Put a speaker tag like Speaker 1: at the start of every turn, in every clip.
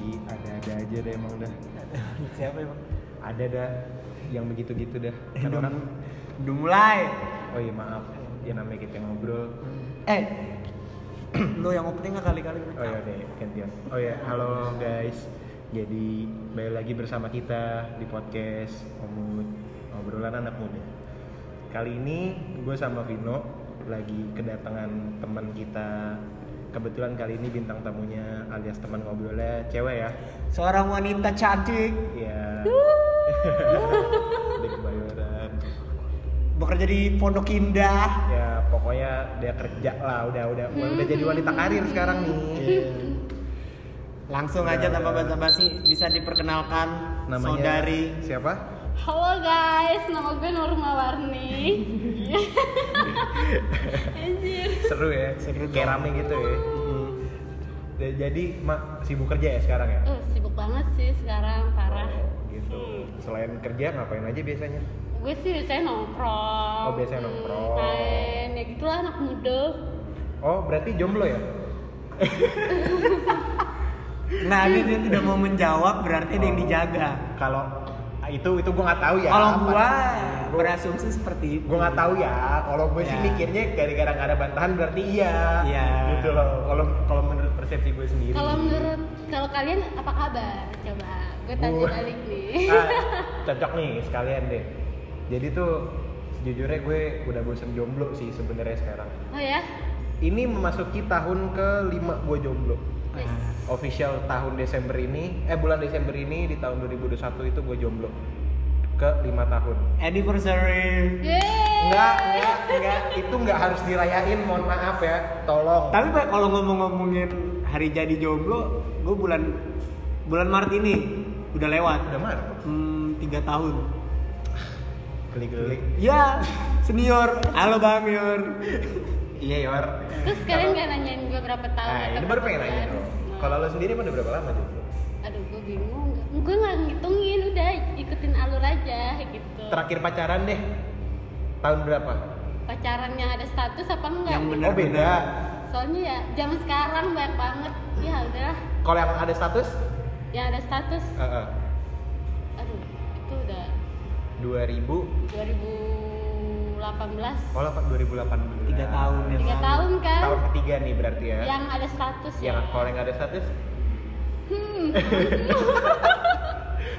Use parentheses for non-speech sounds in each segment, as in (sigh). Speaker 1: laki ada-ada aja deh emang dah
Speaker 2: (laughs) Siapa emang?
Speaker 1: ada dah yang begitu-gitu dah kan
Speaker 2: Udah,
Speaker 1: orang
Speaker 2: mu- udah mulai.
Speaker 1: oh iya maaf ya namanya kita ngobrol
Speaker 2: Eh, (clears throat) lu yang opening nggak kali-kali gue
Speaker 1: oh iya deh gantian oh iya halo guys jadi balik lagi bersama kita di podcast Omut obrolan anak muda kali ini gue sama Vino lagi kedatangan teman kita kebetulan kali ini bintang tamunya alias teman ngobrolnya cewek ya
Speaker 2: Seorang wanita cantik
Speaker 1: Iya. (laughs) Di Kebayoran.
Speaker 2: bekerja di Pondok Indah.
Speaker 1: Ya pokoknya dia kerja lah, udah udah udah jadi wanita karir sekarang nih.
Speaker 2: Iya. Langsung aja tanpa basa-basi bisa diperkenalkan
Speaker 1: Iya. Namanya
Speaker 2: saudari.
Speaker 1: siapa?
Speaker 3: Halo guys, nama gue Norma
Speaker 1: (laughs)
Speaker 3: Warni. Anjir.
Speaker 1: Seru ya,
Speaker 2: Seru
Speaker 1: kayak
Speaker 2: dong.
Speaker 1: rame gitu ya. Da- Jadi mak sibuk kerja ya sekarang ya?
Speaker 3: Eh, sibuk banget sih sekarang, parah.
Speaker 1: Gitu. Selain kerja ngapain aja biasanya?
Speaker 3: Gue sih biasanya nongkrong.
Speaker 1: Oh, biasanya nongkrong.
Speaker 3: Hmm, Main, ya gitulah anak muda.
Speaker 1: Oh berarti jomblo ya?
Speaker 2: Nah, dia, dia tidak mau menjawab berarti ada yang dijaga.
Speaker 1: Kalau itu itu gue nggak tahu Oh. ya.
Speaker 2: Kalau
Speaker 1: apa-
Speaker 2: gua
Speaker 1: Gua-
Speaker 2: berasumsi seperti itu.
Speaker 1: gue nggak tahu ya kalau gue sih
Speaker 2: Ya.
Speaker 1: mikirnya gara-gara nggak ada bantahan berarti iya
Speaker 2: Iya.
Speaker 1: gitu loh kalau kalau menurut persepsi gue sendiri
Speaker 3: Kalau menurut kalau kalian apa kabar? Coba gue tanya
Speaker 1: Gua-
Speaker 3: balik
Speaker 1: (laughs)
Speaker 3: nih.
Speaker 1: Ah, cocok nih sekalian deh jadi tuh sejujurnya gue udah bosen jomblo sih sebenarnya sekarang
Speaker 3: Oh ya?
Speaker 1: ini memasuki tahun ke gue jomblo
Speaker 2: Nah,
Speaker 3: Yes.
Speaker 1: official tahun Desember ini eh bulan Desember ini di tahun 2021 itu gue jomblo ke lima tahun
Speaker 2: Anniversary.
Speaker 3: Yeay.
Speaker 1: enggak enggak enggak itu enggak harus dirayain mohon maaf ya tolong
Speaker 2: Tapi Pak, kalau ngomong-ngomongin hari jadi jomblo, gua bulan bulan Maret ini udah lewat.
Speaker 1: udah marah
Speaker 2: Hmm, tiga tahun.
Speaker 1: klik-klik
Speaker 2: Ya, senior. Halo Bang Yor.
Speaker 1: Iya Yor.
Speaker 3: Terus kalian gak nanyain gue berapa tahun?
Speaker 1: Nah,
Speaker 3: atau
Speaker 1: ini baru pengen
Speaker 3: kapan?
Speaker 1: nanya dong.
Speaker 3: Nah.
Speaker 1: Kalau lo sendiri udah berapa lama jomblo?
Speaker 3: aduh gue bingung gue nggak ngitungin udah ikutin alur aja gitu
Speaker 1: Terakhir pacaran deh. Tahun berapa?
Speaker 3: pacaran yang ada status apa enggak
Speaker 2: Yang
Speaker 1: oh beda.
Speaker 2: benar.
Speaker 3: soalnya ya zaman sekarang banyak banget ya udahlah
Speaker 1: Kalau yang ada status?
Speaker 3: yang ada status
Speaker 1: Heeh.
Speaker 3: aduh itu udah
Speaker 1: 2000.
Speaker 3: 2018
Speaker 1: Oh, apa? 2018.
Speaker 2: Tiga tahun ya.
Speaker 3: tiga
Speaker 2: Bang.
Speaker 3: tahun kan
Speaker 1: Tahun ketiga nih berarti ya. Iya.
Speaker 3: yang ada status
Speaker 1: Yang
Speaker 3: ya
Speaker 1: kalau yang ada status?
Speaker 3: hmm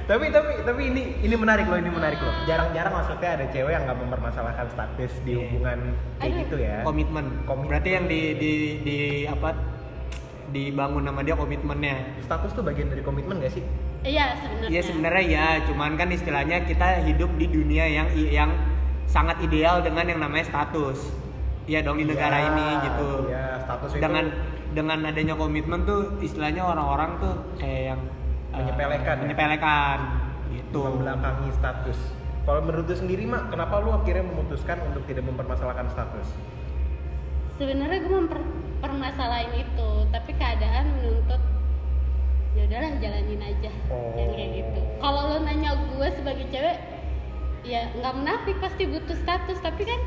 Speaker 1: Tapi tapi tapi ini ini menarik loh, ini menarik loh. Jarang-jarang maksudnya ada cewek yang nggak mempermasalahkan status di
Speaker 2: Iya.
Speaker 1: hubungan kayak
Speaker 3: Aduh.
Speaker 1: gitu ya.
Speaker 2: Komitmen.
Speaker 1: Komitmen.
Speaker 2: Berarti yang di di di apa? Dibangun sama dia komitmennya.
Speaker 1: Status tuh bagian dari komitmen gak sih?
Speaker 3: iya sebenarnya
Speaker 2: Iya sebenarnya ya, cuman kan istilahnya kita hidup di dunia yang yang sangat ideal dengan yang namanya status. Iya dong di negara
Speaker 1: Iya,
Speaker 2: ini gitu.
Speaker 1: Iya, status itu
Speaker 2: Dengan dengan adanya komitmen tuh istilahnya orang-orang tuh kayak yang eh,
Speaker 1: Menyepelekan ya?
Speaker 2: menyepelekan gitu.
Speaker 1: membelakangi status. Kalau menurut lu sendiri mak, kenapa lu akhirnya memutuskan untuk tidak mempermasalahkan status?
Speaker 3: sebenarnya gue mempermasalahin itu tapi keadaan menuntut ya udahlah jalanin aja
Speaker 1: Oh.
Speaker 3: yang kayak gitu kalau lo nanya gue sebagai cewek ya nggak menafik pasti butuh status tapi kan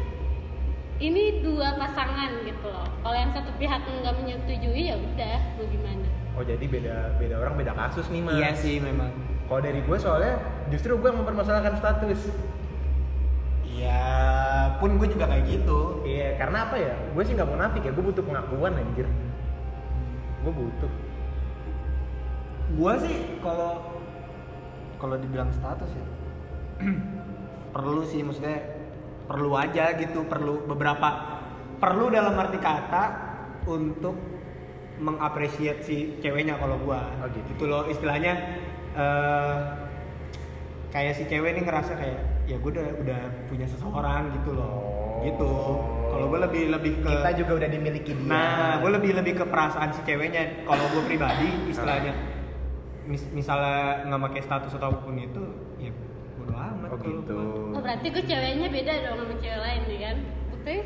Speaker 3: ini dua pasangan gitu loh kalau yang satu pihak nggak menyetujui ya udah mau gimana
Speaker 1: Oh jadi beda beda orang beda kasus nih mak.
Speaker 2: Iya sih memang.
Speaker 1: Kalau dari gue soalnya justru gue yang mempermasalahkan status.
Speaker 2: Iya, pun gue juga kayak gitu.
Speaker 1: Iya karena apa ya? Gue sih nggak mau nafik ya, gue butuh pengakuan anjir. Gue butuh.
Speaker 2: gua sih kalau kalau dibilang status ya perlu sih maksudnya perlu aja gitu perlu beberapa perlu dalam arti kata untuk mengapresiasi si ceweknya kalau gua
Speaker 1: Oh, gitu.
Speaker 2: itu loh istilahnya eh, kayak si cewek ini ngerasa kayak ya gua udah udah punya seseorang gitu loh
Speaker 1: Oh.
Speaker 2: gitu kalau gua lebih lebih ke
Speaker 1: Kita juga udah dimiliki dia.
Speaker 2: Nah, gue lebih lebih ke perasaan si ceweknya. Kalau gue pribadi, istilahnya, mis- misalnya nggak pakai status atau apapun itu, ya bodo amat.
Speaker 1: oh
Speaker 2: kalau
Speaker 1: gitu.
Speaker 2: gua.
Speaker 3: oh berarti gue ceweknya beda dong sama cewek lain ya kan bukti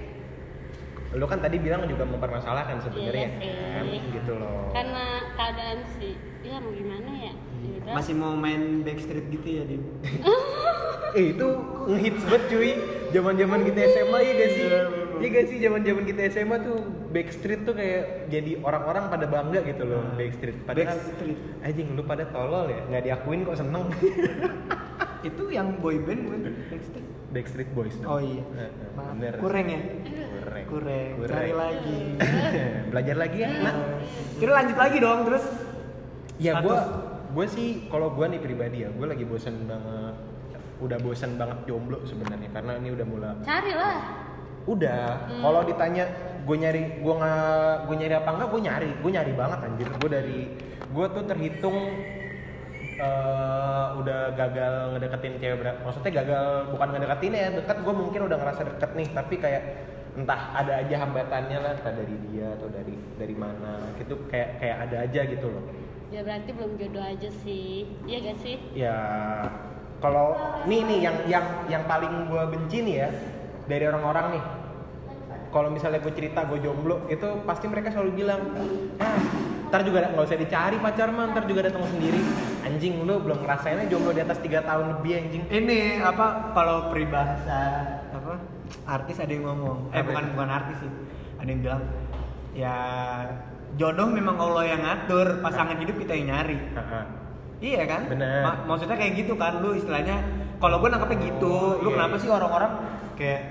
Speaker 1: Lu kan tadi bilang juga mempermasalahkan sebenarnya
Speaker 3: Iya sih.
Speaker 1: kan, gitu loh.
Speaker 3: karena keadaan sih ya mau gimana ya Ya udah.
Speaker 2: Masih mau main backstreet gitu ya, Dim?
Speaker 1: Eh, itu ngehits banget cuy Zaman-zaman kita SMA ya gak sih? Iya gak sih zaman-zaman kita SMA tuh Backstreet tuh kayak jadi orang-orang pada bangga gitu loh
Speaker 2: Nah,
Speaker 1: Backstreet. Padahal
Speaker 2: Backstreet.
Speaker 1: anjing lu pada tolol ya, nggak diakuin kok seneng. (laughs)
Speaker 2: itu yang boy band bukan Backstreet
Speaker 1: Backstreet Boys dong.
Speaker 2: oh iya
Speaker 1: Eh, eh,
Speaker 2: Maaf.
Speaker 1: bener.
Speaker 2: kurang ya
Speaker 1: Kureng.
Speaker 2: kurang cari lagi
Speaker 1: (laughs) Belajar lagi ya.
Speaker 2: terus lanjut lagi dong terus
Speaker 1: Ya
Speaker 2: Status.
Speaker 1: gue gue sih kalau gue nih pribadi ya gue lagi bosen banget udah bosen banget jomblo sebenarnya karena ini udah mulai
Speaker 3: carilah
Speaker 1: udah kalau ditanya gue nyari gue nggak gue nyari apa enggak gue nyari gue nyari banget anjir gue dari gue tuh terhitung eh, udah gagal ngedeketin cewek berapa maksudnya gagal bukan ngedeketin ya deket gue mungkin udah ngerasa deket nih tapi kayak entah ada aja hambatannya lah entah dari dia atau dari dari mana gitu kayak kayak ada aja gitu loh
Speaker 3: ya berarti belum jodoh aja sih iya gak sih
Speaker 1: ya kalau nih nih yang yang yang paling gue benci nih ya dari orang-orang nih kalau misalnya gue cerita gue jomblo itu pasti mereka selalu bilang ah ntar juga nggak usah dicari pacar mah ntar juga datang sendiri anjing lu belum ngerasainnya jomblo di atas tiga tahun lebih anjing
Speaker 2: ini apa kalau peribahasa apa artis ada yang ngomong eh
Speaker 1: Apa
Speaker 2: bukan
Speaker 1: itu?
Speaker 2: bukan artis sih ada yang bilang ya jodoh memang Allah yang ngatur pasangan hidup kita yang nyari
Speaker 1: Ha-ha.
Speaker 2: Iya kan?
Speaker 1: Bener.
Speaker 2: Ma- maksudnya kayak gitu kan lu istilahnya kalau gue nangkepnya gitu.
Speaker 1: Oh,
Speaker 2: lu
Speaker 1: iya,
Speaker 2: kenapa
Speaker 1: iya.
Speaker 2: sih orang-orang kayak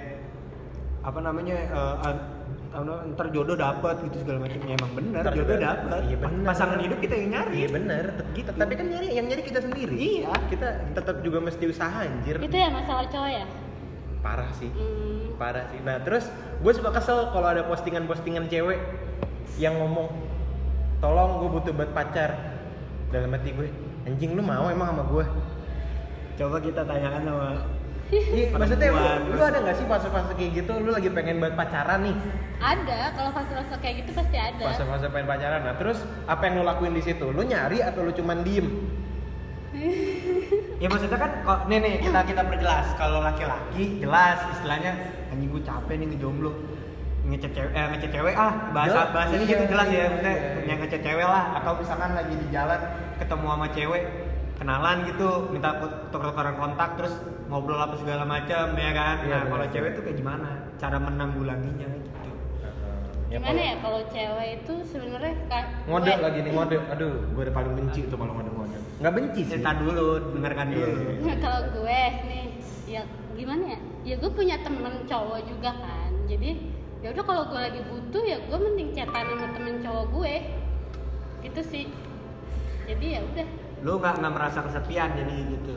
Speaker 2: apa namanya eh, an- apa namanya, ntar jodoh dapat gitu segala macam Ya, emang bener
Speaker 1: Ntar
Speaker 2: jodoh
Speaker 1: juga-
Speaker 2: dapat
Speaker 1: iya, bener.
Speaker 2: pasangan hidup kita yang nyari
Speaker 1: iya bener tetep gitu tapi kan nyari yang nyari kita sendiri
Speaker 2: Iya.
Speaker 1: kita tetap juga mesti usaha anjir
Speaker 3: itu ya masalah cowok ya
Speaker 1: parah sih
Speaker 3: hmm.
Speaker 1: parah sih nah terus gue suka kesel kalau ada postingan-postingan cewek yang ngomong tolong gue butuh buat pacar dalam hati gue anjing lu mau emang sama
Speaker 3: (laughs)
Speaker 1: gue
Speaker 2: coba kita tanyakan sama
Speaker 1: Iya, maksudnya lu,
Speaker 2: Perempuan.
Speaker 1: lu ada nggak sih fase-fase kayak gitu lu lagi pengen buat pacaran nih
Speaker 3: ada kalau fase-fase kayak gitu pasti ada
Speaker 1: fase-fase pengen pacaran nah terus apa yang lu lakuin di situ lu nyari atau lu cuman diem
Speaker 2: ya maksudnya kan kok nih nih kita kita perjelas kalau laki-laki jelas istilahnya anjing gue capek nih ngejomblo ngecek cewek eh, ngechat cewek ah bahasa
Speaker 1: Jelas,
Speaker 2: bahasanya
Speaker 1: iya,
Speaker 2: gitu jelas
Speaker 1: iya,
Speaker 2: ya maksudnya
Speaker 1: iya, iya.
Speaker 2: punya ngechat cewek lah atau misalkan lagi di jalan ketemu sama cewek kenalan gitu minta tukar-tukaran kontak terus ngobrol apa segala macam ya kan
Speaker 1: Iya,
Speaker 2: nah
Speaker 1: benar.
Speaker 2: kalau cewek tuh kayak gimana cara menanggulanginya gitu
Speaker 3: gimana ya kalau cewek itu sebenarnya ka-
Speaker 1: ngode
Speaker 3: kayak-
Speaker 1: lagi nih ngode aduh gue udah paling benci tuh kalau ngode-ngode nggak benci sih
Speaker 2: cerita dulu dengarkan
Speaker 1: Iya,
Speaker 2: dulu
Speaker 1: iya.
Speaker 3: Nah, (laughs) kalau gue nih ya gimana ya ya gue punya temen cowok juga kan jadi ya udah kalau gue lagi butuh ya gue mending chatan sama temen cowok gue gitu sih jadi ya udah
Speaker 2: lu nggak nggak merasa kesepian jadi gitu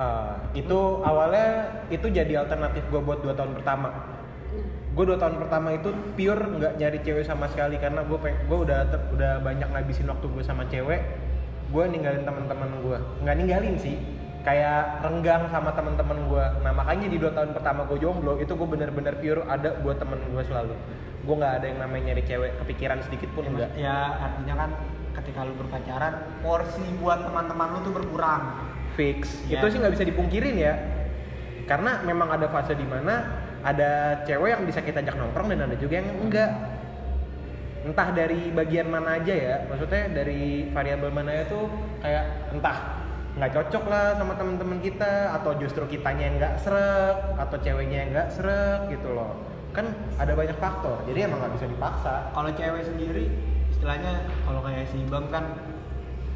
Speaker 1: Ah, itu awalnya itu jadi alternatif gue buat dua tahun pertama
Speaker 3: Nah,
Speaker 1: gue dua tahun pertama itu pure nggak nyari cewek sama sekali karena gue gue udah ter- udah banyak ngabisin waktu gue sama cewek gue ninggalin teman-teman gue nggak ninggalin sih kayak renggang sama teman-teman gue nah makanya di dua tahun pertama gue jomblo itu gue bener-bener pure ada buat temen gue selalu gue nggak ada yang namanya nyari cewek kepikiran sedikit pun enggak
Speaker 2: ya artinya kan ketika lu berpacaran porsi buat teman-teman lu tuh berkurang
Speaker 1: fix
Speaker 2: Ya.
Speaker 1: itu sih nggak bisa dipungkirin ya karena memang ada fase di mana ada cewek yang bisa kita ajak nongkrong dan ada juga yang enggak entah dari bagian mana aja ya maksudnya dari variabel mana itu kayak entah nggak cocok lah sama teman-teman kita atau justru kitanya yang nggak srek atau ceweknya yang nggak srek gitu loh kan ada banyak faktor jadi emang nggak bisa dipaksa
Speaker 2: kalau cewek sendiri istilahnya kalau kayak si Bang kan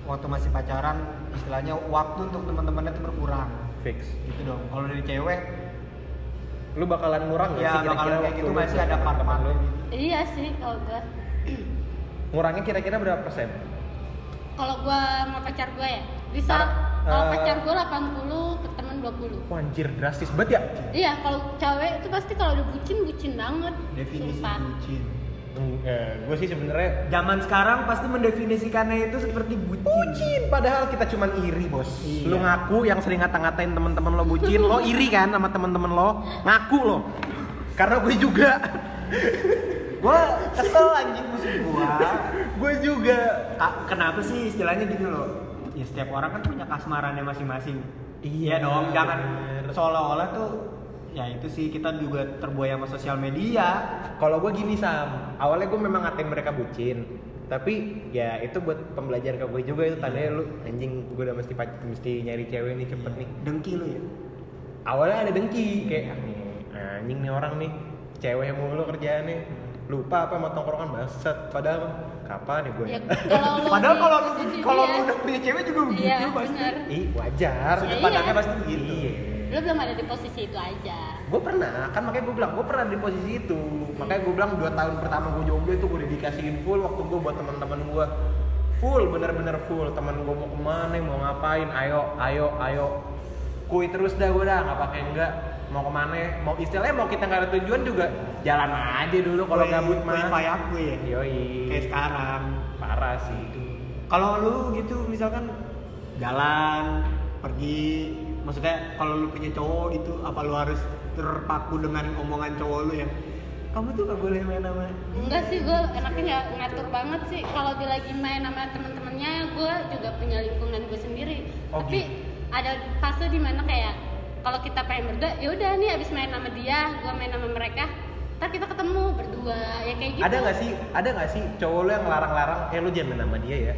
Speaker 2: waktu masih pacaran istilahnya waktu untuk teman-temannya tuh berkurang
Speaker 1: fix
Speaker 2: gitu dong kalau dari cewek
Speaker 1: lu bakalan ngurang nggak
Speaker 2: ya
Speaker 1: sih kira-kira
Speaker 2: bakalan kayak
Speaker 1: waktu
Speaker 2: gitu
Speaker 1: lu
Speaker 2: masih
Speaker 1: sama
Speaker 2: ada
Speaker 1: teman-teman
Speaker 2: part-part
Speaker 1: lu?
Speaker 3: iya sih kalau gue
Speaker 1: ngurangnya kira-kira berapa persen
Speaker 3: kalau gue sama pacar gue ya bisa
Speaker 1: Tar-
Speaker 3: kalau
Speaker 1: eh.
Speaker 3: pacar gue 80 ke temen 20
Speaker 1: Wah, anjir drastis banget ya
Speaker 3: iya kalau cewek itu pasti kalau udah bucin bucin banget
Speaker 2: definisi
Speaker 3: sumpah.
Speaker 2: bucin
Speaker 1: gue sih sebenarnya
Speaker 2: zaman sekarang pasti mendefinisikannya itu seperti bucin,
Speaker 1: bucin padahal kita cuman iri bos
Speaker 2: Iya.
Speaker 1: lu ngaku yang sering ngata-ngatain teman-teman lo bucin lo iri kan sama teman-teman lo ngaku lo karena gue (laughs) juga
Speaker 2: gue kesel anjing musuh gua
Speaker 1: gue juga
Speaker 2: Ka- kenapa sih istilahnya gitu loh ya setiap orang kan punya kasmarannya masing-masing
Speaker 1: Iya,
Speaker 2: iya dong jangan
Speaker 1: bener.
Speaker 2: seolah-olah tuh ya itu sih kita juga terbuai sama sosial media
Speaker 1: kalau gue gini sam awalnya gue memang ngatain mereka bucin tapi ya itu buat pembelajaran ke gue Iya. juga itu tandanya lu anjing gue udah mesti pac- mesti nyari cewek nih cepet nih
Speaker 2: dengki lu ya
Speaker 1: awalnya ada dengki kayak "Ah, anjing nih orang nih cewek mulu kerjaannya lupa apa sama tongkrongan baset padahal kapan ya gue
Speaker 3: Ya,
Speaker 2: (laughs)
Speaker 3: kalau lu
Speaker 2: Padahal
Speaker 3: di
Speaker 2: kalau lu
Speaker 3: posisi
Speaker 2: kalau
Speaker 3: dia,
Speaker 2: lu udah punya cewek juga begitu
Speaker 3: iya
Speaker 2: pasti.
Speaker 3: benar
Speaker 1: (laughs) ih wajar gitu.
Speaker 3: Iya,
Speaker 2: Padahal
Speaker 3: iya.
Speaker 2: pasti begitu.
Speaker 3: lu belum ada di posisi itu aja
Speaker 1: gue pernah kan makanya gue bilang gue pernah di posisi itu makanya gue bilang dua tahun pertama gue jomblo itu gue dedikasiin full waktu gue buat teman-teman gue full bener-bener full teman gue mau kemana mau ngapain ayo ayo ayo kui terus dah gue dah nggak pakai enggak mau kemana mau istilahnya mau kita nggak ada tujuan juga jalan aja dulu kalau
Speaker 2: Woi,
Speaker 1: gabut
Speaker 2: woi,
Speaker 1: mah Iya.
Speaker 2: kayak aku ya. Kayak
Speaker 1: yoi
Speaker 2: sekarang.
Speaker 1: parah sih
Speaker 2: Kalau lu gitu misalkan jalan, pergi, maksudnya kalau lu punya cowok gitu apa lu harus terpaku dengan omongan cowok lu yang kamu tuh gak boleh main sama
Speaker 3: enggak sih gue enaknya nggak ngatur banget sih kalau dia lagi main sama temen-temennya gue juga punya lingkungan gue sendiri
Speaker 1: Oh,
Speaker 3: tapi
Speaker 1: gitu.
Speaker 3: ada fase dimana kayak kalau kita pengen berdua ya udah nih abis main sama dia gue main sama mereka ntar kita ketemu berdua ya kayak gitu
Speaker 1: ada nggak sih ada nggak sih cowok lu yang larang-larang eh lu jangan main sama dia ya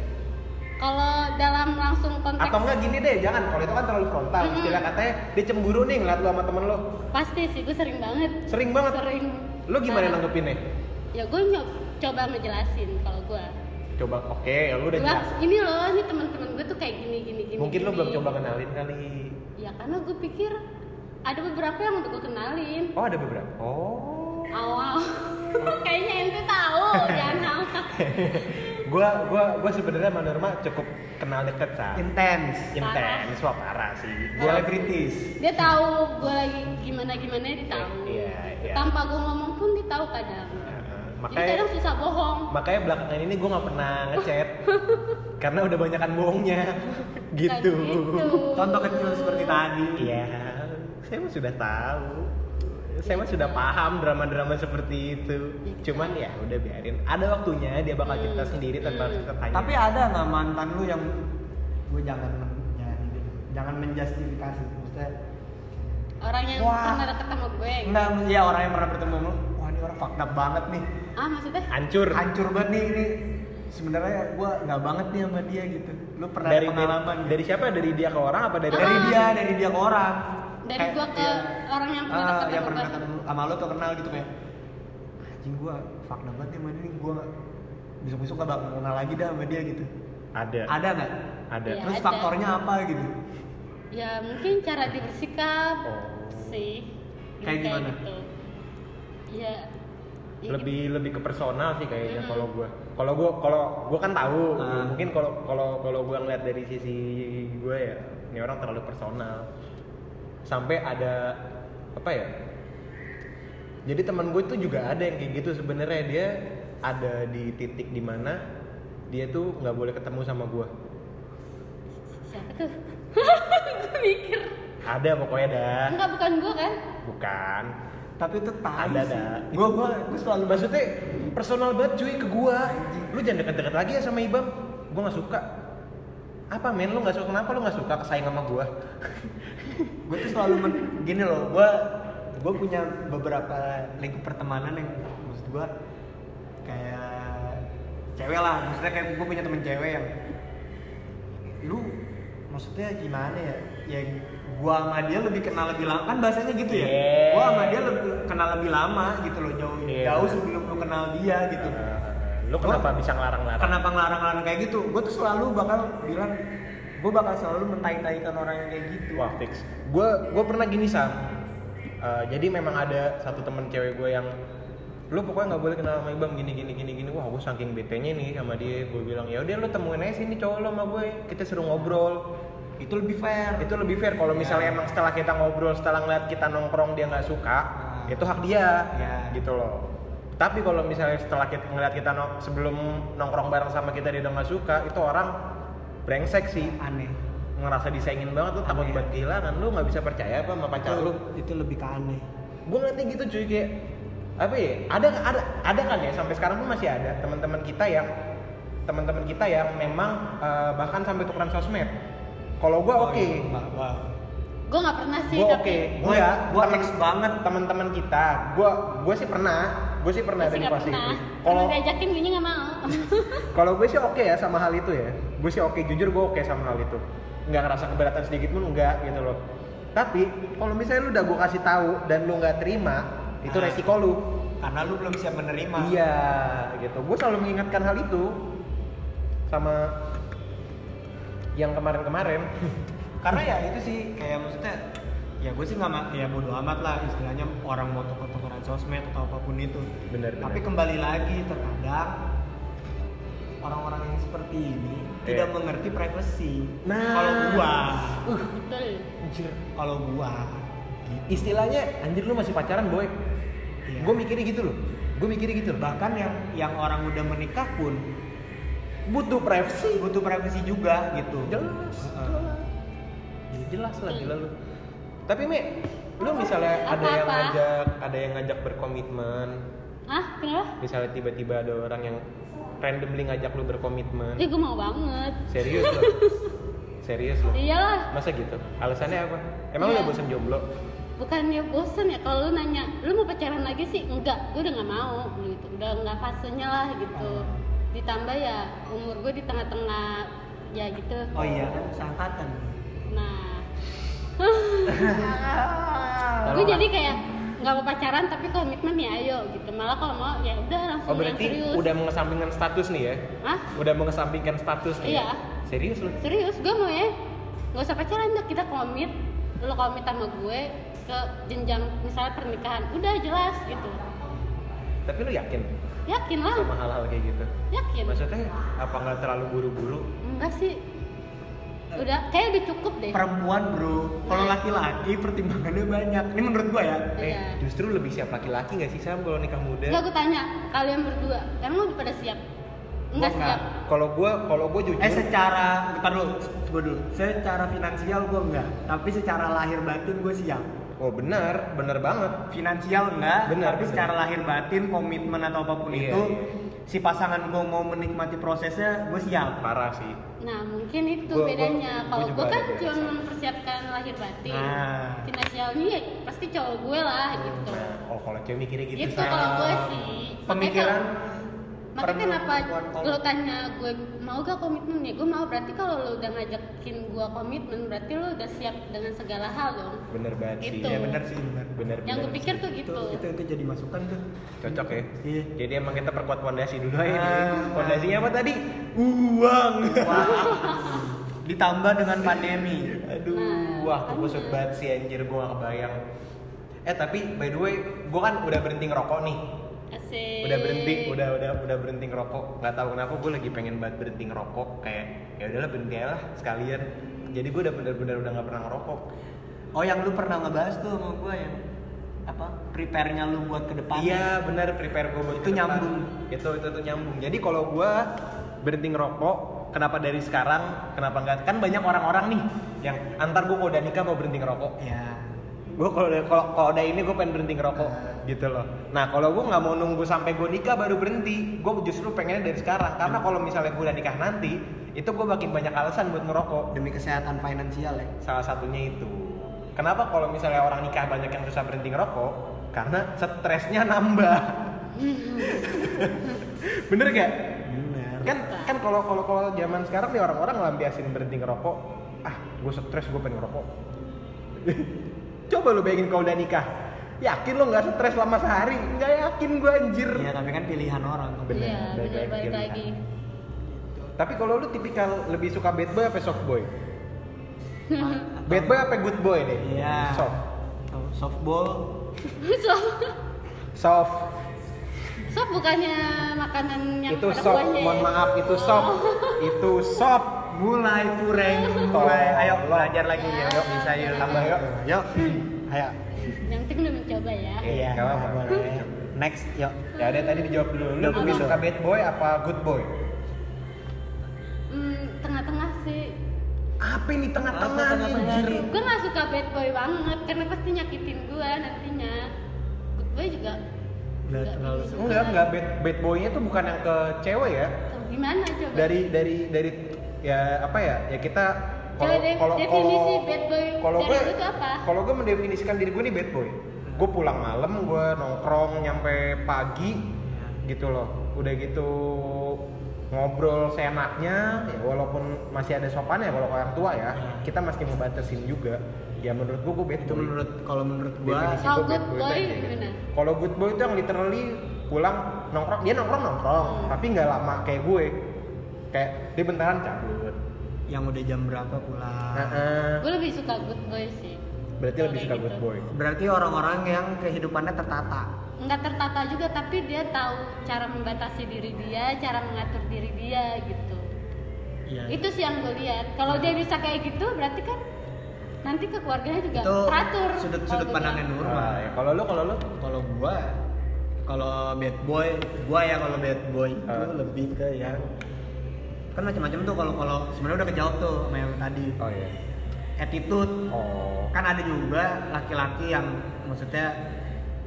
Speaker 3: kalau dalam langsung konteks
Speaker 1: atau enggak gini deh jangan kalau itu kan terlalu frontal
Speaker 3: Mm-mm.
Speaker 1: istilah katanya dia cemburu nih ngeliat lu sama temen lu
Speaker 3: pasti sih gue sering banget
Speaker 1: sering banget
Speaker 3: sering
Speaker 1: lu gimana
Speaker 3: Nah,
Speaker 1: nanggepinnya
Speaker 3: ya gue coba ngejelasin kalau gue
Speaker 1: coba oke ya lu udah
Speaker 3: Gua,
Speaker 1: jelas
Speaker 3: ini loh ini teman-teman gue tuh kayak gini gini gini
Speaker 1: mungkin lu
Speaker 3: gini.
Speaker 1: belum coba kan? kenalin kali
Speaker 3: ya karena gue pikir ada beberapa yang udah gue kenalin
Speaker 1: oh ada beberapa oh (laughs)
Speaker 3: awal (laughs) kayaknya ente tahu jangan
Speaker 2: (laughs)
Speaker 3: awal
Speaker 1: gua gua gua sebenarnya sama Norma cukup kenal deket sah
Speaker 2: intense.
Speaker 1: intens wah parah sih gua
Speaker 2: Selebritis.
Speaker 3: dia tahu gue lagi gimana gimana dia tahu
Speaker 1: Iya, iya.
Speaker 3: tanpa gue ngomong pun dia tahu kadang
Speaker 1: Heeh.
Speaker 3: jadi
Speaker 1: makanya
Speaker 3: kadang susah bohong
Speaker 1: makanya belakangan ini gua nggak pernah ngechat
Speaker 3: (laughs)
Speaker 1: karena udah banyakan bohongnya
Speaker 3: Nah,
Speaker 1: gitu
Speaker 3: Kayak
Speaker 2: Contoh kecil seperti tadi.
Speaker 1: Iya, saya mah sudah tahu.
Speaker 2: Iya.
Speaker 1: Saya mah sudah paham drama-drama seperti itu. Cuman ya udah biarin. Ada waktunya dia bakal cerita sendiri tanpa harus kita tanya.
Speaker 2: Iya. Tapi ada nggak mantan lu yang gue jangan jangan jangan menjustifikasi maksudnya
Speaker 3: orang yang
Speaker 2: Wah.
Speaker 3: pernah deket sama gue
Speaker 2: enggak ya orang yang pernah bertemu sama lu wah ini orang fucked up banget nih
Speaker 3: ah maksudnya
Speaker 1: hancur.
Speaker 2: hancur banget nih ini sebenarnya gue nggak banget nih sama dia gitu lu pernah
Speaker 1: dari
Speaker 2: ada pengalaman
Speaker 1: dari,
Speaker 2: gitu?
Speaker 1: dari siapa? Dari dia ke orang apa dari
Speaker 2: dari
Speaker 1: orang?
Speaker 2: dia dari dia ke orang
Speaker 3: dari
Speaker 2: Kayak,
Speaker 3: gue ke
Speaker 2: iya.
Speaker 3: orang yang pernah
Speaker 2: Ah,
Speaker 3: deket
Speaker 2: yang
Speaker 3: sama
Speaker 2: pernah
Speaker 3: gue.
Speaker 2: ketemu sama lu tuh kenal gitu kayak anjing gue fucked up banget nih sama dia nih gue besok besok gak bakal kenal lagi dah sama dia gitu
Speaker 1: Ada.
Speaker 2: ada nggak
Speaker 1: Ada.
Speaker 3: Iya.
Speaker 2: terus
Speaker 3: ada.
Speaker 2: faktornya apa gitu
Speaker 3: ya mungkin cara dia bersikap
Speaker 1: Oh.
Speaker 3: sih
Speaker 2: Kayak gimana?
Speaker 3: gitu. ya ya
Speaker 1: Lebih lebih ke personal sih kayaknya
Speaker 3: Mm-mm.
Speaker 1: kalau gua. Kalau gua kalau gua kan tahu.
Speaker 2: Ah.
Speaker 1: Mungkin kalau kalau kalau gua ngeliat dari sisi gua ya, ini orang terlalu personal. Sampai ada apa ya? Jadi teman gue tuh juga ada yang kayak gitu sebenarnya dia ada di titik dimana dia tuh nggak boleh ketemu sama gua.
Speaker 3: gitu. siapa tuh (laughs) gue mikir
Speaker 1: Ada pokoknya dah.
Speaker 3: enggak bukan gue kan
Speaker 1: Bukan.
Speaker 2: tapi itu tai
Speaker 1: Ada,
Speaker 2: sih.
Speaker 1: ada.
Speaker 2: Gua gua gua selalu bahas
Speaker 1: Maksudnya personal banget cuy ke gua. Lu jangan deket-deket lagi ya sama Ibam. Gua nggak suka. Apa men lu nggak suka kenapa lu nggak suka kesaing sama gua?
Speaker 2: gua tuh selalu men- gini loh gua gua punya beberapa lingkup pertemanan yang maksud gua kayak cewek lah maksudnya kayak gua punya temen cewek yang lu maksudnya gimana ya yang gua sama dia lebih kenal lebih lama kan bahasanya gitu ya
Speaker 1: Yeah.
Speaker 2: gua sama dia lebih kenal lebih lama gitu loh jauh
Speaker 1: Yeah.
Speaker 2: jauh sebelum lu kenal dia gitu
Speaker 1: Eh, Lu kenapa
Speaker 2: Gua-
Speaker 1: bisa ngelarang-larang?
Speaker 2: kenapa ngelarang-larang kayak gitu gue tuh selalu bakal bilang gue bakal selalu mentai-taikan orang yang kayak gitu
Speaker 1: Wah fix. Gue gue pernah gini sam. Eh, jadi memang ada satu temen cewek gue yang lu pokoknya nggak boleh kenal sama Ibam gini gini gini gini wah gue saking betenya nih sama dia gue bilang ya udah lu temuin aja sini cowok lo sama gue kita suruh ngobrol
Speaker 2: itu lebih fair
Speaker 1: itu lebih fair kalau misalnya emang setelah kita ngobrol setelah ngeliat kita nongkrong dia nggak suka
Speaker 2: Hmm.
Speaker 1: itu hak dia
Speaker 2: Ya.
Speaker 1: gitu loh tapi kalau misalnya setelah kita ngeliat kita nong- sebelum nongkrong bareng sama kita dia udah nggak suka itu orang brengsek sih
Speaker 2: aneh
Speaker 1: ngerasa disaingin banget lu takut
Speaker 2: Aneh.
Speaker 1: buat kehilangan lu nggak bisa percaya apa sama pacar lu
Speaker 2: itu lebih ke aneh
Speaker 1: gue ngerti gitu cuy kayak apa ya ada ada ada kan ya sampai sekarang pun masih ada teman-teman kita yang teman-teman kita yang memang eh, bahkan sampai tukeran sosmed kalau
Speaker 2: Oh,
Speaker 1: gue oke
Speaker 2: Wah, wah.
Speaker 3: gue nggak pernah sih
Speaker 1: gue oke
Speaker 3: tapi
Speaker 1: gue
Speaker 2: iya, Gua-
Speaker 1: ya
Speaker 2: gua
Speaker 1: temen-
Speaker 2: fix banget.
Speaker 1: teman-teman kita gue gue sih pernah gue sih pernah
Speaker 3: Gua
Speaker 1: ada
Speaker 3: sih
Speaker 1: di
Speaker 3: nggak
Speaker 1: posisi
Speaker 3: pernah
Speaker 1: itu
Speaker 3: kalau
Speaker 1: kalau
Speaker 3: diajakin gue nggak mau
Speaker 1: kalau gue sih oke ya sama hal itu ya gue sih oke jujur gue oke sama hal itu nggak ngerasa keberatan sedikit pun enggak gitu loh Tapi kalau misalnya lu udah gue kasih tahu dan lu nggak terima, itu
Speaker 2: Ah.
Speaker 1: resiko lu.
Speaker 2: karena lu belum siap menerima
Speaker 1: Iya, gitu. Gue selalu mengingatkan hal itu sama yang kemarin-kemarin.
Speaker 2: (laughs) karena ya itu sih kayak maksudnya ya gue sih nggak ma- ya bodo amat lah istilahnya orang mau tuker-tukeran sosmed atau apapun itu
Speaker 1: Bener, bener.
Speaker 2: tapi kembali lagi terkadang orang-orang yang seperti ini
Speaker 1: Iya.
Speaker 2: tidak mengerti privacy
Speaker 1: Nah.
Speaker 2: kalau gua
Speaker 1: Uh,
Speaker 3: betul
Speaker 1: anjir.
Speaker 2: kalau gua gitu.
Speaker 1: Istilahnya anjir lu masih pacaran, boy.
Speaker 2: Iya.
Speaker 1: Gue mikirnya gitu loh. Gue mikirnya gitu loh.
Speaker 2: bahkan yang yang orang udah menikah pun
Speaker 1: Butuh privacy.
Speaker 2: butuh privacy juga gitu
Speaker 1: Jelas.
Speaker 2: Heeh.
Speaker 1: Ya, jelas lah gila lu. Tapi Mi, lu misalnya ada yang
Speaker 3: Hmm. Apa-apa?
Speaker 1: ngajak, ada yang ngajak berkomitmen,
Speaker 3: ah kenapa
Speaker 1: misalnya tiba-tiba ada orang yang randomly ngajak lu berkomitmen
Speaker 3: Ih, gue mau banget
Speaker 1: serius
Speaker 3: (laughs)
Speaker 1: lo serius lo
Speaker 3: iyalah
Speaker 1: masa gitu alasannya apa emang lu
Speaker 3: Iya.
Speaker 1: udah bosan jomblo
Speaker 3: bukannya bosen ya kalau lu nanya lu mau pacaran lagi sih enggak gue udah nggak mau gitu udah nggak fasenya lah gitu ditambah ya umur gue di tengah-tengah ya gitu
Speaker 2: oh iya kan seangkatan
Speaker 3: nah (laughs)
Speaker 1: Kalau
Speaker 3: gue jadi kayak nggak mau pacaran tapi komitmen ya ayo gitu malah kalau mau ya udah langsung
Speaker 1: oh berarti
Speaker 3: yang serius
Speaker 1: udah mengesampingkan status nih ya
Speaker 3: Hah?
Speaker 1: udah mengesampingkan status nih ya?
Speaker 3: Iya.
Speaker 1: serius lo
Speaker 3: serius gue mau ya nggak usah pacaran dah kita komit lu komit sama gue ke jenjang misalnya pernikahan udah jelas gitu
Speaker 1: tapi lu yakin
Speaker 3: yakin lah
Speaker 1: sama hal-hal kayak gitu
Speaker 3: yakin
Speaker 1: maksudnya apa nggak terlalu buru-buru
Speaker 3: enggak sih udah kayak udah cukup deh
Speaker 2: perempuan bro kalau laki-laki pertimbangannya banyak ini menurut gua ya
Speaker 1: eh
Speaker 3: Iya.
Speaker 1: justru lebih siap laki-laki nggak sih sam kalau nikah muda
Speaker 3: Enggak gue tanya, kalian berdua, emang udah pada siap? Enggak
Speaker 2: Gua enggak.
Speaker 3: siap.
Speaker 1: kalau gua kalau gua jujur
Speaker 2: Eh secara, bentar dulu, gue dulu. Secara finansial gue enggak, tapi secara lahir batin gue siap.
Speaker 1: oh benar benar banget
Speaker 2: Finansial enggak,
Speaker 1: Benar,
Speaker 2: tapi
Speaker 1: benar.
Speaker 2: secara lahir batin, komitmen atau apapun
Speaker 1: Iya,
Speaker 2: itu,
Speaker 1: iya.
Speaker 2: si pasangan gue mau menikmati prosesnya, gue siap.
Speaker 1: parah sih
Speaker 3: Nah mungkin itu
Speaker 1: Gua- gua- gua
Speaker 3: bedanya. Kalau
Speaker 1: juga
Speaker 3: gue kan
Speaker 1: ada
Speaker 3: cuma
Speaker 1: biasa.
Speaker 3: mempersiapkan lahir batin.
Speaker 2: Nah.
Speaker 3: Finansialnya ya pasti cowok gue lah gitu.
Speaker 1: nah oh kalau cewek mikirnya gitu
Speaker 3: gitu
Speaker 1: Sam.
Speaker 3: kalau gue sih. Makanya
Speaker 2: Pemikiran
Speaker 3: kalau- Makanya kenapa
Speaker 2: perempuan kalau-
Speaker 3: lo tanya gue mau gak komitmen ya? Gue mau berarti kalau lo udah ngajakin gue komitmen berarti lo udah siap dengan segala hal dong.
Speaker 1: bener banget sih
Speaker 3: Gitu.
Speaker 1: ya bener
Speaker 2: Bener sih, bener.
Speaker 1: bener
Speaker 3: Yang
Speaker 1: bener.
Speaker 3: gue pikir tuh
Speaker 2: Itu,
Speaker 3: gitu.
Speaker 2: itu, itu jadi masukan tuh.
Speaker 1: cocok ya
Speaker 2: Iya.
Speaker 1: jadi emang kita perkuat pondasi dulu aja nih.
Speaker 2: Ah. Nah,
Speaker 1: pondasinya apa tadi uang
Speaker 2: Wah, ditambah dengan pandemi.
Speaker 1: aduh
Speaker 3: Nah,
Speaker 1: wah kusut
Speaker 3: makanya.
Speaker 1: banget sih anjir gue gak kebayang eh tapi by the way gue kan udah berhenti ngerokok nih
Speaker 3: Asik.
Speaker 1: udah berhenti udah udah udah berhenti ngerokok nggak tahu kenapa gue lagi pengen banget berhenti ngerokok kayak ya udahlah berhenti aja lah sekalian jadi gue udah bener-bener udah nggak pernah ngerokok
Speaker 2: Oh yang lu pernah ngebahas tuh sama gue yang apa prepare-nya lu buat ke depan.
Speaker 1: Iya benar prepare gue buat ke
Speaker 2: Itu
Speaker 1: depan.
Speaker 2: nyambung.
Speaker 1: Itu itu itu nyambung. Jadi kalau gue berhenti ngerokok, kenapa dari sekarang? Kenapa nggak? Kan banyak orang-orang nih yang antar gue kalau udah nikah mau berhenti ngerokok.
Speaker 2: Ya.
Speaker 1: Gue kalau udah- kalau kalau udah ini gue pengen berhenti ngerokok gitu loh. Nah kalau gue nggak mau nunggu sampai gue nikah baru berhenti, gue justru pengennya dari sekarang. Karena kalau misalnya gue udah nikah nanti, itu gue makin banyak alasan buat ngerokok.
Speaker 2: demi kesehatan finansial ya
Speaker 1: Salah satunya itu. Kenapa kalau misalnya orang nikah banyak yang susah berhenti ngerokok? Karena stresnya nambah. (laughs) Bener gak?
Speaker 2: benar
Speaker 1: Kan kan kalau kalau kalau zaman sekarang nih orang-orang ngelampiasin berhenti ngerokok. Ah, gue stres gue pengen ngerokok. (laughs) Coba lu bayangin kalau udah nikah. Yakin lo nggak stres lama sehari? Nggak yakin gue anjir.
Speaker 2: iya tapi kan pilihan orang tuh
Speaker 1: Bener,
Speaker 3: Iya,
Speaker 1: balik
Speaker 3: bener
Speaker 1: lagi gitu.
Speaker 3: balik
Speaker 1: pilihan.
Speaker 3: lagi. (laughs)
Speaker 1: Tapi kalau lu tipikal lebih suka bad boy apa soft boy?
Speaker 2: Atau-
Speaker 1: Bad boy apa good boy deh?
Speaker 2: iya
Speaker 1: Soft.
Speaker 2: Atau softball
Speaker 3: So-
Speaker 1: Soft.
Speaker 3: Sop bukannya makanan yang
Speaker 1: itu
Speaker 3: ada
Speaker 1: soft.
Speaker 3: kuahnya ya?
Speaker 1: Mohon maaf itu
Speaker 3: Oh. (laughs)
Speaker 1: soft. Itu soft.
Speaker 2: mulai kurang mulai
Speaker 1: Tolong.
Speaker 2: ayo belajar lagi ya
Speaker 3: Yuk, bisa, yuk.
Speaker 2: tambah yuk yuk ayo
Speaker 3: Yang penting udah mencoba ya.
Speaker 1: Iya, nggak apa-apa.
Speaker 2: boleh next yuk
Speaker 1: Ya ada tadi dijawab dulu. Lu
Speaker 2: Jawab
Speaker 1: lebih
Speaker 2: dulu.
Speaker 1: suka bad boy apa good boy?
Speaker 3: Hmm, tengah-tengah sih.
Speaker 1: Apa ini tengah-tengah
Speaker 2: Apa
Speaker 1: nih?
Speaker 2: tengah-tengah
Speaker 1: anjir?
Speaker 2: nih?
Speaker 3: Gue gak suka bad boy banget karena pasti nyakitin gue nantinya. Good boy juga.
Speaker 2: Nggak terlalu
Speaker 3: gitu.
Speaker 1: Enggak, enggak bad, bad boy-nya tuh bukan yang ke cewek ya.
Speaker 3: Tuh, Gimana coba?
Speaker 1: Dari dari dari ya apa ya? Ya kita
Speaker 3: Coba de- definisi bad boy
Speaker 1: kalau
Speaker 3: dari
Speaker 1: gue
Speaker 3: lu tuh apa?
Speaker 1: kalau gue mendefinisikan diri gue nih bad boy. Gue pulang malam, gue nongkrong nyampe pagi gitu loh. Udah gitu ngobrol seenaknya ya walaupun masih ada sopan ya kalau orang tua ya kita masih ngebatasin juga ya menurut gua gua bad
Speaker 2: itu
Speaker 1: boy.
Speaker 2: menurut kalau menurut gua
Speaker 1: Definisi
Speaker 3: Kalau
Speaker 1: gua bad
Speaker 3: good boy
Speaker 1: aja.
Speaker 3: gimana?
Speaker 1: kalau good boy itu yang literally pulang nongkrong dia nongkrong nongkrong
Speaker 3: Hmm.
Speaker 1: tapi nggak lama kayak gue kayak dia bentaran cabut
Speaker 2: yang udah jam berapa
Speaker 3: Hmm.
Speaker 2: pulang
Speaker 1: Heeh.
Speaker 3: gue lebih suka good boy sih
Speaker 1: berarti
Speaker 3: Kalau
Speaker 1: lebih
Speaker 3: kayak
Speaker 1: suka
Speaker 3: gitu.
Speaker 1: good boy
Speaker 2: berarti orang-orang yang kehidupannya tertata
Speaker 3: nggak tertata juga tapi dia tahu cara membatasi diri dia cara mengatur diri dia gitu
Speaker 2: Iya.
Speaker 3: itu sih yang gue lihat kalau dia bisa kayak gitu berarti kan nanti ke keluarganya juga
Speaker 2: itu
Speaker 3: teratur
Speaker 2: sudut
Speaker 3: kalau
Speaker 2: sudut
Speaker 3: gua
Speaker 2: pandangnya
Speaker 3: bilang.
Speaker 2: Nurma
Speaker 1: Nah, ya, kalau lu kalau lu
Speaker 2: kalau gua kalau bad boy gua ya kalau bad boy itu
Speaker 1: Ah.
Speaker 2: lebih ke yang kan macam-macam tuh kalau kalau sebenarnya udah kejawab tuh sama yang tadi
Speaker 1: oh ya
Speaker 2: attitude
Speaker 1: oh
Speaker 2: kan ada juga laki-laki yang maksudnya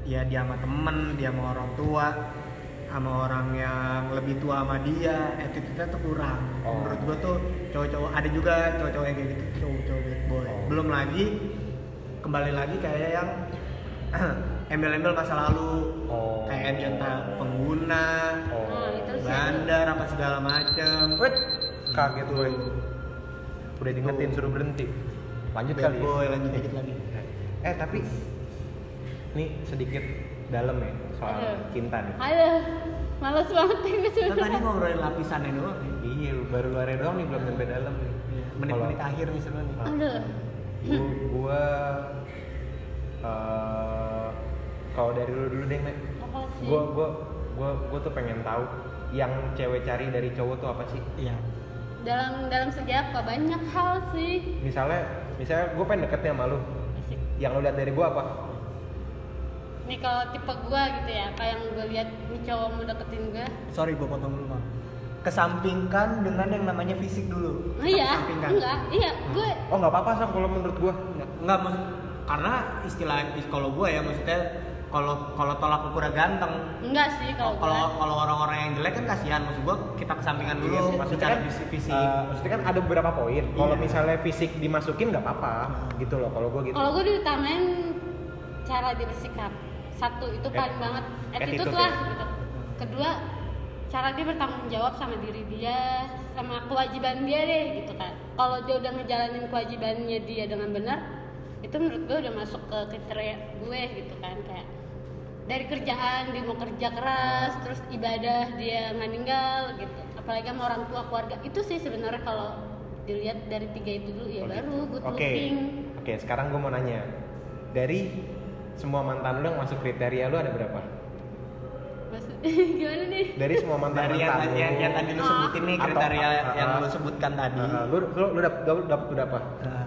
Speaker 2: ya dia sama temen dia sama orang tua sama orang yang lebih tua sama dia attitude-nya tuh kurang
Speaker 1: Oh.
Speaker 2: menurut gua tuh cowok-cowok ada juga cowok-cowok yang kayak gitu cowok-cowok bad boy
Speaker 1: Oh.
Speaker 2: belum lagi kembali lagi kayak yang (clears throat) embel-embel masa lalu
Speaker 1: Oh.
Speaker 2: kayak dia entah pengguna
Speaker 1: oh
Speaker 3: Nah, itu sih.
Speaker 2: bandar apa segala macem
Speaker 1: Wait, kaget gue udah diingetin
Speaker 3: Oh.
Speaker 1: suruh berhenti lanjut
Speaker 2: bad
Speaker 1: kali ya.
Speaker 2: boy lanjut dikit lagi
Speaker 1: eh tapi nih sedikit dalam ya soal
Speaker 3: Aduh.
Speaker 1: cinta nih
Speaker 3: ayo males banget nih
Speaker 2: kita
Speaker 3: gue
Speaker 2: Kan tadi
Speaker 3: sebenarnya
Speaker 2: ngobrolin lapisannya doang ya.
Speaker 1: iya baru luarnya doang nih belum sampai dalam nih
Speaker 2: Iya, menit-menit
Speaker 1: Kalau-
Speaker 2: akhir nih sebenarnya
Speaker 1: Ah.
Speaker 3: aduh
Speaker 1: Gu- gua eh, kalau dari lu dulu deh Mek
Speaker 2: Iya.
Speaker 3: apa sih
Speaker 1: gua gua gua gua tuh pengen tahu yang cewek cari dari cowok tuh apa sih
Speaker 2: Iya.
Speaker 3: dalam dalam segi apa banyak hal sih
Speaker 1: misalnya misalnya gua pengen deketnya sama lu
Speaker 3: Asik.
Speaker 1: yang lu lihat dari gua apa
Speaker 3: nih kalau tipe gue gitu ya apa yang gue lihat nih cowok mau deketin gue
Speaker 2: Sorry gue potong dulu bang. Kesampingkan dengan yang namanya fisik dulu.
Speaker 3: iya
Speaker 2: Kesampingkan.
Speaker 3: enggak iya gue
Speaker 1: oh nggak apa-apa sam kalau menurut gua
Speaker 2: Enggak, enggak maksud karena istilah kalau gue ya maksudnya kalau kalau tolak ukur ganteng
Speaker 3: enggak sih kalau
Speaker 2: Hmm. Oh, kalau
Speaker 3: gue
Speaker 2: kalau orang-orang yang jelek kan kasihan maksud gue kita kesampingan dulu
Speaker 1: Iya sih,
Speaker 2: bicara fisik kan, fisik
Speaker 1: eh, maksudnya kan ada beberapa poin. Kalau
Speaker 2: Iya. Hmm.
Speaker 1: misalnya fisik dimasukin nggak apa-apa, gitu loh. Kalau gue gitu.
Speaker 3: kalau gue diutamain cara dia bersikap satu itu
Speaker 1: Eh,
Speaker 3: paling banget attitude,
Speaker 1: attitude
Speaker 3: lah
Speaker 1: ya.
Speaker 3: gitu kedua cara dia bertanggung jawab sama diri dia sama kewajiban dia deh gitu kan kalau dia udah ngejalanin kewajibannya dia dengan benar itu menurut gue udah masuk ke kriteria gue gitu kan kayak dari kerjaan dia mau kerja keras terus ibadah dia nggak ninggal gitu apalagi sama orang tua keluarga itu sih sebenarnya kalau dilihat dari tiga itu dulu
Speaker 1: Oh,
Speaker 3: ya baru
Speaker 1: gitu.
Speaker 3: good
Speaker 1: Oke,
Speaker 3: looking
Speaker 1: oke. Sekarang gue mau nanya, dari semua mantan lu yang masuk kriteria lu ada berapa?
Speaker 3: Maksud- (laughs) gimana nih?
Speaker 1: Dari semua mantan
Speaker 2: dari yang,
Speaker 1: mantan lu,
Speaker 2: yang, yang tadi lu sebutin nih
Speaker 1: Atau-
Speaker 2: kriteria
Speaker 1: ah,
Speaker 2: yang
Speaker 1: ah.
Speaker 2: lu sebutkan tadi
Speaker 1: eh, lu lu, lu dapet, dapet, dapet berapa?
Speaker 2: Nah,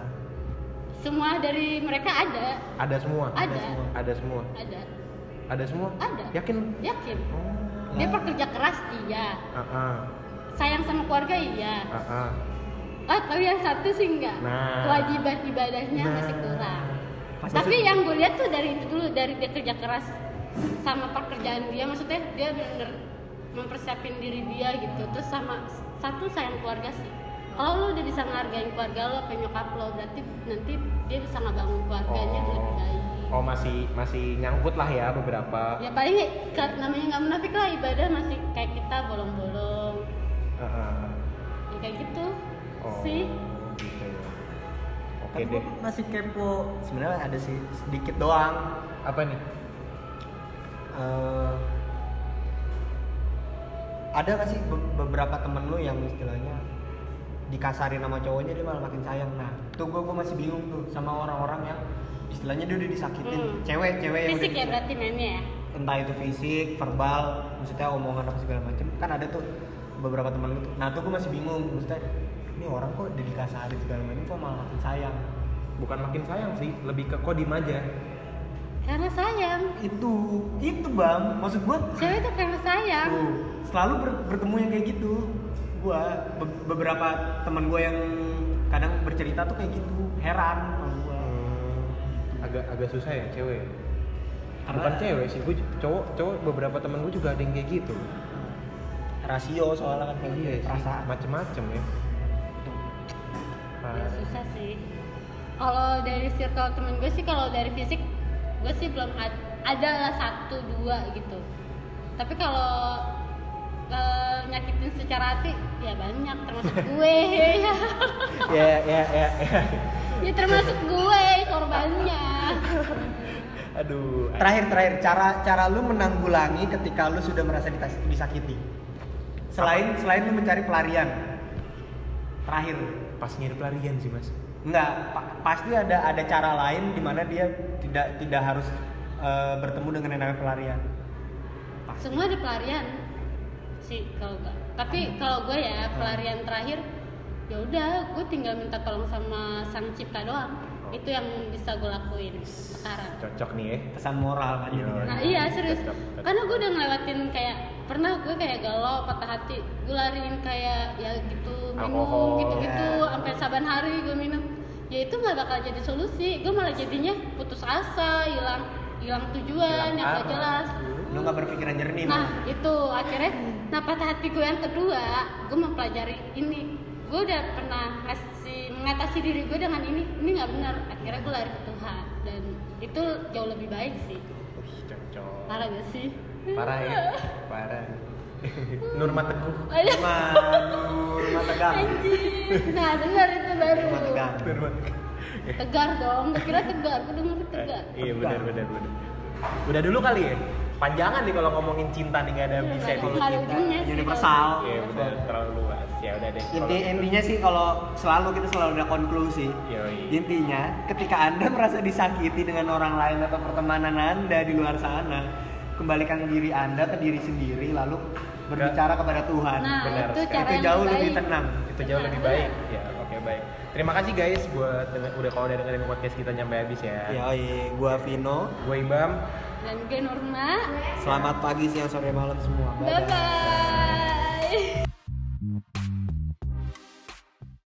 Speaker 3: Semua dari mereka ada,
Speaker 1: Ada semua.
Speaker 3: ada,
Speaker 2: semua.
Speaker 1: Ada semua.
Speaker 3: ada,
Speaker 1: Ada semua.
Speaker 3: Ada.
Speaker 1: Yakin?
Speaker 3: yakin.
Speaker 1: Oh.
Speaker 3: Dia pekerja keras iya,
Speaker 1: Ah, ah,
Speaker 3: sayang sama keluarga iya.
Speaker 1: ah, ah.
Speaker 3: Ah, tapi yang satu sih enggak.
Speaker 1: Nah.
Speaker 3: Kewajiban ibadahnya
Speaker 1: Nah.
Speaker 3: masih kurang.
Speaker 1: Pasti-
Speaker 3: Tapi yang gue lihat tuh dari itu dulu dari dia kerja keras sama pekerjaan dia, maksudnya dia bener mempersiapin diri dia gitu. Terus sama satu sayang keluarga sih. Kalau lo udah bisa ngehargain keluarga lo, apa nyokap lo, berarti nanti dia bisa ngebangun keluarganya lebih baik.
Speaker 1: Oh masih masih nyangkut lah ya beberapa.
Speaker 3: ya paling ke- namanya nggak munafik lah ibadah masih kayak kita bolong-bolong
Speaker 1: Ah, ah.
Speaker 3: ya kayak gitu
Speaker 1: Oh,
Speaker 3: sih
Speaker 1: gitu ya. Oke
Speaker 2: tapi
Speaker 1: deh.
Speaker 2: gua masih kepo sebenarnya ada sih sedikit doang
Speaker 1: Apa nih?
Speaker 2: Eh, ada gak sih be- beberapa temen lu yang istilahnya dikasarin sama cowoknya dia malah makin sayang nah tuh gue masih bingung tuh sama orang-orang yang istilahnya dia udah disakitin
Speaker 3: Hmm.
Speaker 2: cewek cewek yang udah gitu.
Speaker 3: fisik ya
Speaker 2: disa-
Speaker 3: berarti mainnya ya
Speaker 2: entah itu fisik verbal maksudnya omongan apa segala macem kan ada tuh beberapa temen lu tuh nah tuh gue masih bingung maksudnya ini orang kok udah dikasarin segala macam kok malah makin sayang
Speaker 1: Bukan makin sayang sih, lebih ke kodim aja.
Speaker 3: karena sayang
Speaker 2: itu itu bang maksud gue
Speaker 3: cewek tuh karena sayang
Speaker 2: Tuh, selalu ber- bertemu yang kayak gitu gua be- beberapa teman gua yang kadang bercerita tuh kayak gitu heran sama gua Hmm.
Speaker 1: agak agak susah ya cewek.
Speaker 2: Karena-
Speaker 1: Bukan cewek sih, gue cowok cowok beberapa temen gue juga ada yang kayak gitu.
Speaker 2: rasio soalnya kan kayak gitu,
Speaker 1: Iya sih,
Speaker 2: perasaan
Speaker 1: macem-macem ya. Nah.
Speaker 3: ya
Speaker 1: Parah.
Speaker 3: susah sih kalau dari circle temen gue sih kalau dari fisik gue sih belum ad- ada lah satu dua gitu tapi kalau eh, nyakitin secara hati ya banyak termasuk gue ya.
Speaker 1: ya ya ya ya.
Speaker 3: ya termasuk gue korbannya
Speaker 1: aduh
Speaker 2: Terakhir terakhir cara cara lu menanggulangi ketika lu sudah merasa ditas- disakiti. Selain selain lu mencari pelarian. Terakhir.
Speaker 1: pas nyari pelarian sih mas
Speaker 2: Enggak, pa- pasti ada ada cara lain di mana dia tidak tidak harus eh, bertemu dengan yang namanya pelarian.
Speaker 3: semua ada pelarian sih kalau gue
Speaker 1: Hmm.
Speaker 3: tapi kalau gue ya pelarian terakhir ya udah gue tinggal minta tolong sama sang cipta doang itu yang bisa gue lakuin sekarang
Speaker 1: cocok nih ya
Speaker 2: Pesan moral kan
Speaker 1: Iya.
Speaker 2: jadinya.
Speaker 3: Nah iya serius,
Speaker 1: Tetap, tetap.
Speaker 3: karena gue udah ngelewatin kayak pernah gue kayak galau patah hati, gue lariin kayak ya gitu minum
Speaker 1: Alkohol. Iya.
Speaker 3: gitu-gitu,
Speaker 2: Ya.
Speaker 3: sampai saban hari gue minum, ya itu nggak bakal jadi solusi, gue malah jadinya putus asa, hilang hilang tujuan
Speaker 1: Hilang Ah.
Speaker 3: yang gak
Speaker 1: arah.
Speaker 3: Iya, jelas.
Speaker 2: Lu nggak berpikiran jernih.
Speaker 3: Nah
Speaker 2: Mas.
Speaker 3: itu akhirnya, nah patah hati gue yang kedua, gue mempelajari ini, gue udah pernah ngasih mengatasi diri gue dengan ini, ini nggak benar, akhirnya gue lari ke Tuhan dan itu jauh lebih baik sih.
Speaker 1: Wih, cocok
Speaker 3: Parah gak sih?
Speaker 1: parah ya parah (laughs) Nurma Teguh
Speaker 3: Aduh,
Speaker 2: Manur, mata tegang.
Speaker 3: anjir. Nah, dengar itu baru.
Speaker 2: Mata tegang.
Speaker 1: Nurma Teguh
Speaker 3: Tegar dong, gua kira tegar, gue denger tegar.
Speaker 1: Eh, iya benar benar benar udah dulu kali ya panjangan nih kalau ngomongin cinta nih nggak ada
Speaker 3: Iya,
Speaker 1: bisa nih
Speaker 3: nggak ada. Hal ujungnya sih,
Speaker 2: Universal.
Speaker 3: kalau-
Speaker 1: iya benar terlalu luas ya udah deh kalau-
Speaker 2: Inti, intinya sih kalau selalu kita selalu ada konklusi.
Speaker 1: Yoi.
Speaker 2: Intinya ketika Anda merasa disakiti dengan orang lain atau pertemanan Anda di luar sana, kembalikan diri Anda ke diri sendiri lalu berbicara kepada Tuhan.
Speaker 3: Nah,
Speaker 1: Benar
Speaker 3: itu
Speaker 1: sekali.
Speaker 3: cara
Speaker 2: Itu
Speaker 3: yang
Speaker 2: jauh lebih
Speaker 3: baik.
Speaker 2: tenang.
Speaker 1: itu jauh lebih baik ya oke baik terima kasih guys buat denger- udah kalau udah dengerin podcast kita nyampe habis
Speaker 2: Iya.
Speaker 1: ya
Speaker 2: Yoi, gua Vino.
Speaker 1: gue Ibam
Speaker 3: Dan gue Norma.
Speaker 2: Selamat pagi, siang, sore, malam semua.
Speaker 3: Bye-bye.